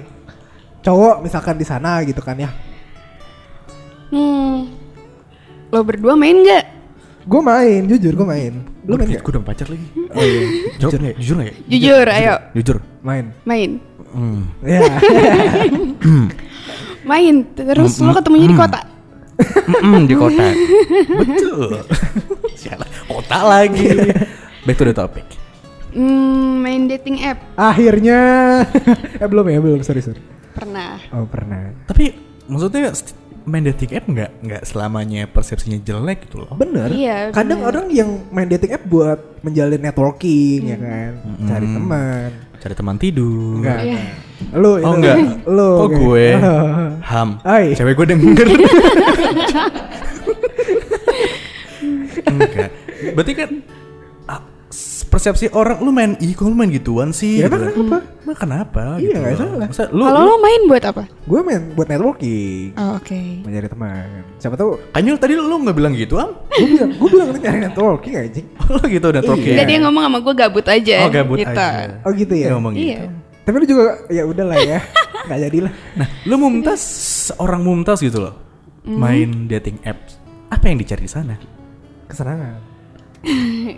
Speaker 2: Cowok misalkan di sana gitu kan ya.
Speaker 4: Hmm. Lo berdua main nggak?
Speaker 2: Gue main, jujur gue main. Lo main
Speaker 3: Gue
Speaker 2: gak?
Speaker 3: udah pacar lagi. ya? Oh iya. Jawab, jujur nggak? ya? Jujur nggak? ya?
Speaker 4: Jujur, ayo.
Speaker 3: Jujur.
Speaker 2: Main.
Speaker 4: Main.
Speaker 3: Hmm.
Speaker 2: Ya.
Speaker 4: Main. Terus lo ketemunya di
Speaker 3: hmm.
Speaker 4: kota.
Speaker 3: Mm-mm, di kota. Betul. Sialan, kota lagi. Back to the topic.
Speaker 4: Hmm, main dating app
Speaker 2: Akhirnya eh belum ya, belum sorry sorry.
Speaker 4: pernah.
Speaker 2: Oh, pernah.
Speaker 3: Tapi maksudnya st- main dating app nggak nggak selamanya persepsinya jelek gitu loh.
Speaker 2: Bener.
Speaker 4: Iya,
Speaker 2: Kadang
Speaker 4: bener.
Speaker 2: orang yang main dating app buat menjalin networking
Speaker 4: Hmm.
Speaker 2: ya kan, cari teman.
Speaker 3: Cari teman tidur.
Speaker 2: Enggak.
Speaker 4: Iya.
Speaker 2: Lu
Speaker 3: Oh
Speaker 2: itu,
Speaker 3: enggak.
Speaker 2: Lu.
Speaker 3: oh
Speaker 2: kayak-
Speaker 3: gue.
Speaker 2: Oh.
Speaker 3: Ham.
Speaker 2: Hai.
Speaker 3: Cewek gue denger. enggak. Berarti kan ah, s- persepsi orang lu main ih kok lu main gituan sih. Gitu kan.
Speaker 2: Ya, emang kenapa?
Speaker 3: Emang kenapa?
Speaker 2: Iya,
Speaker 3: gitu
Speaker 2: nggak
Speaker 3: loh.
Speaker 2: salah.
Speaker 3: Masa lu,
Speaker 4: Kalau
Speaker 3: lu-
Speaker 4: lo main buat apa?
Speaker 2: Gue main buat networking,
Speaker 4: Oh, Oke.
Speaker 2: mencari teman. Siapa tahu
Speaker 3: Kanyol tadi lu nggak bilang gitu, Am?
Speaker 2: gue bilang gue bilang nyari networking anjing.
Speaker 3: lu gitu udah toke.
Speaker 4: Enggak, dia ngomong sama gue gabut aja.
Speaker 3: Oh, gabut
Speaker 4: gitu.
Speaker 3: aja.
Speaker 2: Oh gitu
Speaker 3: Dia
Speaker 2: ya.
Speaker 3: ngomong gitu.
Speaker 4: Iya.
Speaker 2: Tapi lu juga ya udahlah ya. Enggak jadilah.
Speaker 3: Nah, lu mumtaz orang mumtaz gitu loh.
Speaker 4: Hmm.
Speaker 3: Main dating apps. Apa yang dicari di sana?
Speaker 2: Kesenangan.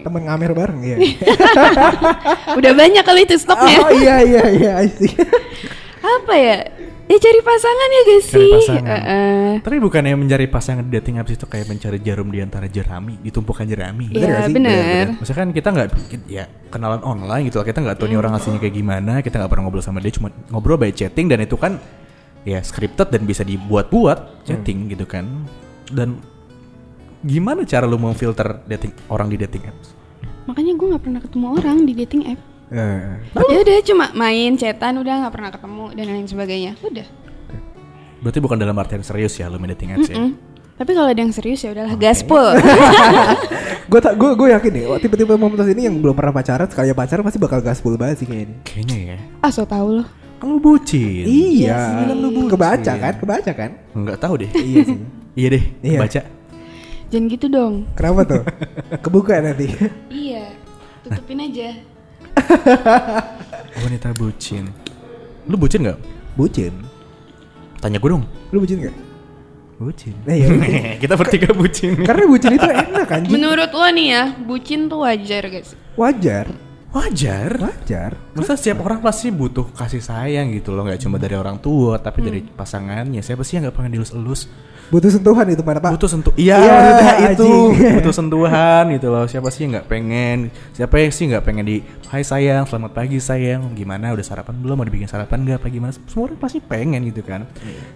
Speaker 2: temen ngamer bareng ya.
Speaker 4: Udah banyak kali itu stoknya.
Speaker 2: oh iya iya iya I see.
Speaker 4: Apa ya? Ya cari pasangan ya guys
Speaker 3: Cari
Speaker 4: sih.
Speaker 3: pasangan.
Speaker 4: Heeh.
Speaker 3: Tapi bukannya mencari pasangan di dating apps itu kayak mencari jarum di antara jerami, ditumpukan jerami.
Speaker 4: Iya,
Speaker 2: nggak sih?
Speaker 4: bener.
Speaker 3: Maksudnya kan kita nggak ya kenalan online gitu lah. Kita nggak tahu nih
Speaker 4: Iya.
Speaker 3: orang aslinya kayak gimana. Kita nggak pernah ngobrol sama dia. Cuma ngobrol by chatting dan itu kan ya scripted dan bisa
Speaker 4: Hmm.
Speaker 3: dibuat-buat chatting gitu kan. Dan gimana cara lu memfilter dating orang di dating apps?
Speaker 4: Makanya gue nggak pernah ketemu orang di dating app.
Speaker 2: Eh,
Speaker 4: Ya udah cuma main cetan udah nggak pernah ketemu dan lain sebagainya. Udah.
Speaker 3: Berarti bukan dalam artian serius ya lu main dating apps ya?
Speaker 4: Hmm. Tapi kalau ada yang serius ya udahlah gaspol.
Speaker 2: gue tak gue gue yakin oh, nih, wah, tipe-tipe momen ini yang belum pernah pacaran sekali pacaran pasti bakal gaspol banget sih kayaknya.
Speaker 3: Kayaknya ya.
Speaker 4: ah so tau lo.
Speaker 3: Kan lu bucin.
Speaker 2: Iya,
Speaker 3: Kan lu bucin.
Speaker 2: kebaca kan? Kebaca kan?
Speaker 3: Enggak tahu deh.
Speaker 2: Iya sih.
Speaker 3: iya deh,
Speaker 2: Iya.
Speaker 3: baca.
Speaker 4: Jangan gitu dong.
Speaker 2: Kenapa tuh? Kebuka nanti.
Speaker 4: Iya. Tutupin aja.
Speaker 3: Wanita bucin. Lu bucin nggak?
Speaker 2: Bucin.
Speaker 3: Tanya gue dong.
Speaker 2: Lu bucin gak?
Speaker 3: Bucin.
Speaker 2: Nah, iya, bucin.
Speaker 3: Kita bertiga bucin.
Speaker 2: Karena bucin itu enak anjing.
Speaker 4: Menurut lo nih ya, bucin tuh wajar guys.
Speaker 2: Wajar.
Speaker 3: Wajar.
Speaker 2: Wajar.
Speaker 3: Masa setiap orang pasti butuh kasih sayang gitu loh, nggak cuma dari orang tua, tapi dari pasangannya. Siapa sih yang nggak pengen dilus-elus?
Speaker 2: Butuh sentuhan itu mana, Pak?
Speaker 3: Butuh sentuh. Iya,
Speaker 2: Iya,
Speaker 3: maksudnya itu.
Speaker 2: anjing.
Speaker 3: Butuh sentuhan gitu loh. Siapa sih yang nggak pengen? Siapa yang sih nggak pengen di Hai sayang, selamat pagi sayang. Gimana? Udah sarapan belum? Mau dibikin sarapan nggak? Apa gimana? Semua orang pasti pengen gitu kan.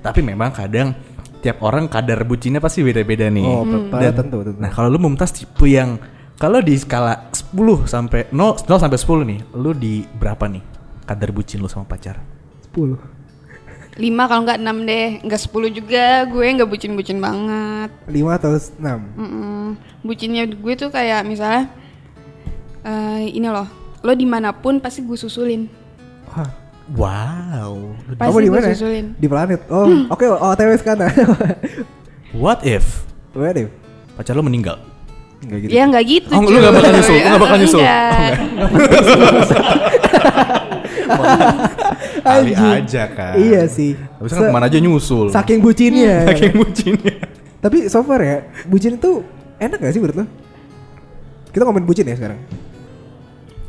Speaker 3: Tapi memang kadang tiap orang kadar bucinnya pasti beda-beda nih.
Speaker 2: Oh, pe- pe-
Speaker 3: Hmm. Dan-
Speaker 2: tentu, tentu.
Speaker 3: Nah, kalau lu mumtaz tipe yang kalau di skala 10 sampai 0, 0 sampai 10 nih, lu di berapa nih kadar bucin lu sama pacar?
Speaker 2: 10.
Speaker 4: 5 kalau nggak 6 deh, nggak 10 juga. Gue nggak bucin-bucin banget.
Speaker 2: 5 atau 6.
Speaker 4: Mm-mm. Bucinnya gue tuh kayak misalnya eh, ini loh, lo dimanapun pasti gue susulin.
Speaker 2: Wah.
Speaker 3: Wow.
Speaker 4: Pasti
Speaker 2: Kamu di
Speaker 4: gue
Speaker 2: mana?
Speaker 4: susulin.
Speaker 2: Di planet. Oh,
Speaker 3: Hmm.
Speaker 2: oke, oh, OTW sekarang.
Speaker 3: What if
Speaker 2: Where deh.
Speaker 3: pacar lu meninggal?
Speaker 2: Enggak gitu.
Speaker 4: Ya nggak gitu.
Speaker 3: Oh, lu nggak
Speaker 4: cuy. Iya.
Speaker 3: bakal nyusul, lu nggak bakal nyusul.
Speaker 4: Enggak.
Speaker 3: Oh, nggak. Kali
Speaker 2: Anjing.
Speaker 3: aja kan.
Speaker 2: Iya sih.
Speaker 3: Habis kan
Speaker 2: Se-
Speaker 3: kemana aja nyusul.
Speaker 2: Saking bucinnya.
Speaker 3: Hmm. Saking bucinnya.
Speaker 2: Tapi so far ya, bucin itu enak gak sih menurut lo? Kita ngomongin bucin ya sekarang.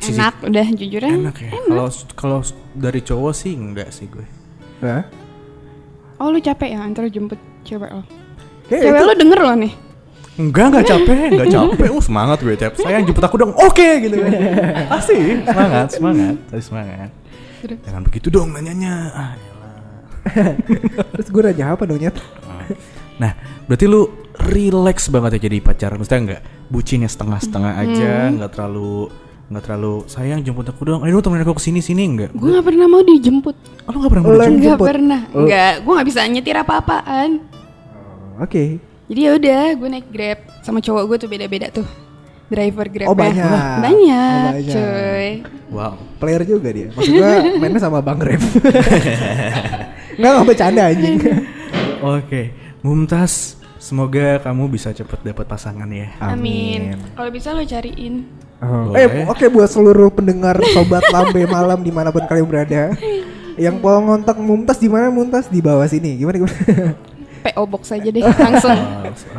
Speaker 4: Enak, udah jujur aja.
Speaker 3: Enak ya. Kalau kalau dari cowok sih enggak sih gue.
Speaker 2: Nah,
Speaker 4: Oh lu capek ya antar jemput cewek lo.
Speaker 2: kayak gitu.
Speaker 4: Cewek
Speaker 2: Eh, itu-
Speaker 4: lo denger lo nih.
Speaker 3: Enggak, enggak capek, enggak capek. Oh, semangat gue tiap. Sayang jemput aku dong. Oke gitu. Pasti semangat, semangat, Pasti semangat.
Speaker 4: Terus?
Speaker 3: Jangan begitu dong nanyanya. Ah, elah.
Speaker 2: Terus gue nanya apa dong nyet?
Speaker 3: Nah, berarti lu relax banget ya jadi pacar. Maksudnya enggak bucinnya setengah-setengah aja, enggak terlalu enggak terlalu sayang jemput aku dong. Ayo dong temenin aku ke sini sini enggak.
Speaker 4: Gue nggak pernah mau dijemput.
Speaker 3: Oh, lu enggak pernah
Speaker 2: Lo
Speaker 3: mau
Speaker 2: yang
Speaker 4: Nggak
Speaker 2: jemput.
Speaker 4: pernah.
Speaker 2: Lo-
Speaker 4: Nggak, gue nggak bisa nyetir apa-apaan.
Speaker 2: Oke.
Speaker 4: Jadi ya udah, gue naik Grab sama cowok gue tuh beda-beda tuh. Driver Grab
Speaker 2: Oh, banyak.
Speaker 4: Banyak,
Speaker 2: Oh, banyak.
Speaker 4: cuy.
Speaker 3: Wow.
Speaker 2: Player juga dia. Maksud gue mainnya sama Bang Rem. Enggak nggak bercanda anjing.
Speaker 3: Oke, Mumtaz, semoga kamu bisa cepet dapat pasangan ya.
Speaker 4: Amin. Kalau bisa lo cariin.
Speaker 2: Oh. Eh,
Speaker 3: Boleh.
Speaker 2: oke buat seluruh pendengar sobat lambe malam dimanapun kalian berada. Yang mau ngontak Mumtaz di mana Mumtaz di bawah sini. Gimana gimana?
Speaker 4: PO Box aja deh langsung.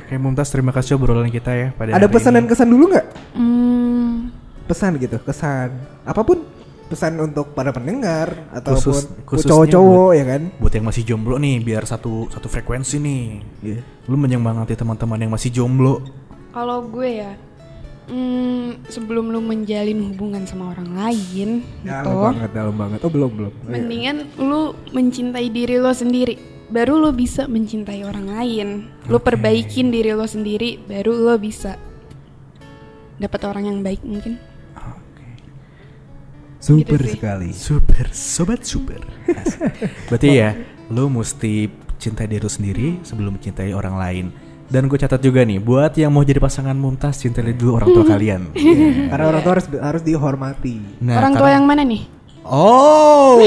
Speaker 3: Oke, Mumtaz, terima kasih obrolan kita ya pada
Speaker 2: Ada
Speaker 3: hari
Speaker 2: pesan
Speaker 3: ini.
Speaker 2: dan kesan dulu nggak?
Speaker 4: Hmm,
Speaker 2: Pesan gitu, kesan. Apapun pesan untuk para pendengar ataupun
Speaker 3: Khusus- khususnya
Speaker 2: cowok-cowok
Speaker 3: buat-
Speaker 2: ya kan?
Speaker 3: buat yang masih jomblo nih, biar satu satu frekuensi nih.
Speaker 2: Iya.
Speaker 3: Lu menyemangati teman-teman yang masih jomblo.
Speaker 4: kalau gue ya, hmm, sebelum lu menjalin hubungan sama orang lain,
Speaker 2: Dalam
Speaker 4: gitu,
Speaker 2: banget, dalam banget. Oh, belum, belum. Oh, iya.
Speaker 4: mendingan lu mencintai diri lo sendiri. Baru lo bisa mencintai orang lain. Lo perbaikin diri lo sendiri, baru lo bisa dapat orang yang baik mungkin.
Speaker 2: Super
Speaker 4: Gitu sih.
Speaker 2: sekali.
Speaker 3: Super, sobat super. Berarti ya, lu mesti cintai diri lu sendiri sebelum mencintai orang lain. Dan gue catat juga nih, buat yang mau jadi pasangan Mumtaz, cintai dulu orang tua kalian. Iya.
Speaker 2: Karena orang tua harus harus dihormati.
Speaker 3: Nah,
Speaker 4: orang tua
Speaker 3: karena-
Speaker 4: yang mana nih?
Speaker 3: Oh,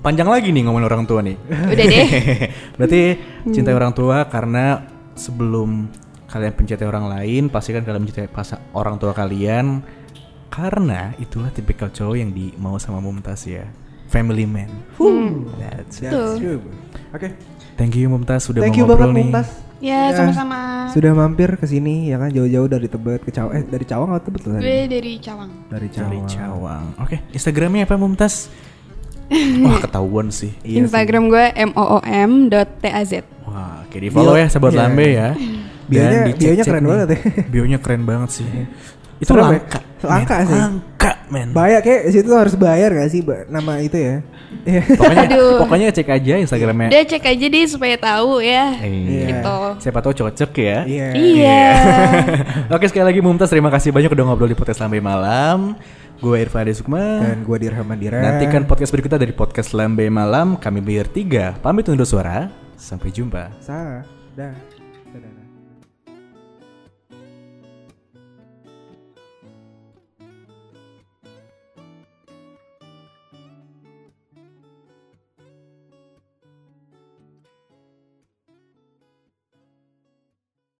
Speaker 3: panjang lagi nih ngomongin orang tua nih.
Speaker 4: Udah deh. Hmm.
Speaker 3: Berarti cintai orang tua karena sebelum kalian mencintai orang lain, pastikan kalian mencintai pasa- orang tua kalian karena itulah tipikal cowok yang di mau sama Mumtaz ya. Family man.
Speaker 4: Hmm.
Speaker 3: That's it.
Speaker 2: That's true. Oke.
Speaker 3: Thank you Mumtaz sudah
Speaker 2: Thank
Speaker 3: mau
Speaker 2: you banget
Speaker 3: ngobrol nih.
Speaker 2: Mumtaz.
Speaker 4: Ya,
Speaker 3: Iya.
Speaker 2: Ya.
Speaker 4: sama-sama.
Speaker 2: Sudah mampir ke sini ya kan jauh-jauh dari Tebet ke Cawang. Eh dari Cawang atau Tebet tadi?
Speaker 4: Gue dari Cawang.
Speaker 3: Dari
Speaker 2: Dari Cawang.
Speaker 3: Cawang. Oke, Instagramnya apa Mumtaz? Wah ketahuan Iya sih. Eh.
Speaker 4: Instagram gue moom.taz.
Speaker 3: Wah, oke di follow
Speaker 2: Bio-
Speaker 3: ya sobat
Speaker 2: iya.
Speaker 3: lambe ya. Dan
Speaker 2: Bionya- bionya
Speaker 3: dicek-cek
Speaker 2: keren
Speaker 3: nih.
Speaker 2: banget ya.
Speaker 3: Bionya keren banget sih. Itu
Speaker 2: Serem ya?
Speaker 3: langka.
Speaker 2: Langka
Speaker 3: men.
Speaker 2: sih.
Speaker 3: Langka, men.
Speaker 2: Bayar kayak di situ harus bayar gak sih Ba- nama itu ya? Iya.
Speaker 3: Pokoknya
Speaker 4: Aduh.
Speaker 3: pokoknya cek aja Instagramnya.
Speaker 4: Udah cek aja deh supaya tahu ya.
Speaker 3: Iya.
Speaker 4: Gitu.
Speaker 3: Siapa tahu cocok ya.
Speaker 2: Iya.
Speaker 4: Iya.
Speaker 3: Oke, sekali lagi Mumtaz terima kasih banyak udah ngobrol di podcast lambe malam. Gue Irfan Ade Sukma.
Speaker 2: Dan gua Dirham Mandira.
Speaker 3: Nantikan podcast berikutnya dari podcast Lambe Malam. Kami bertiga pamit undur suara. Sampai jumpa.
Speaker 2: Sa. Dah. Dadah.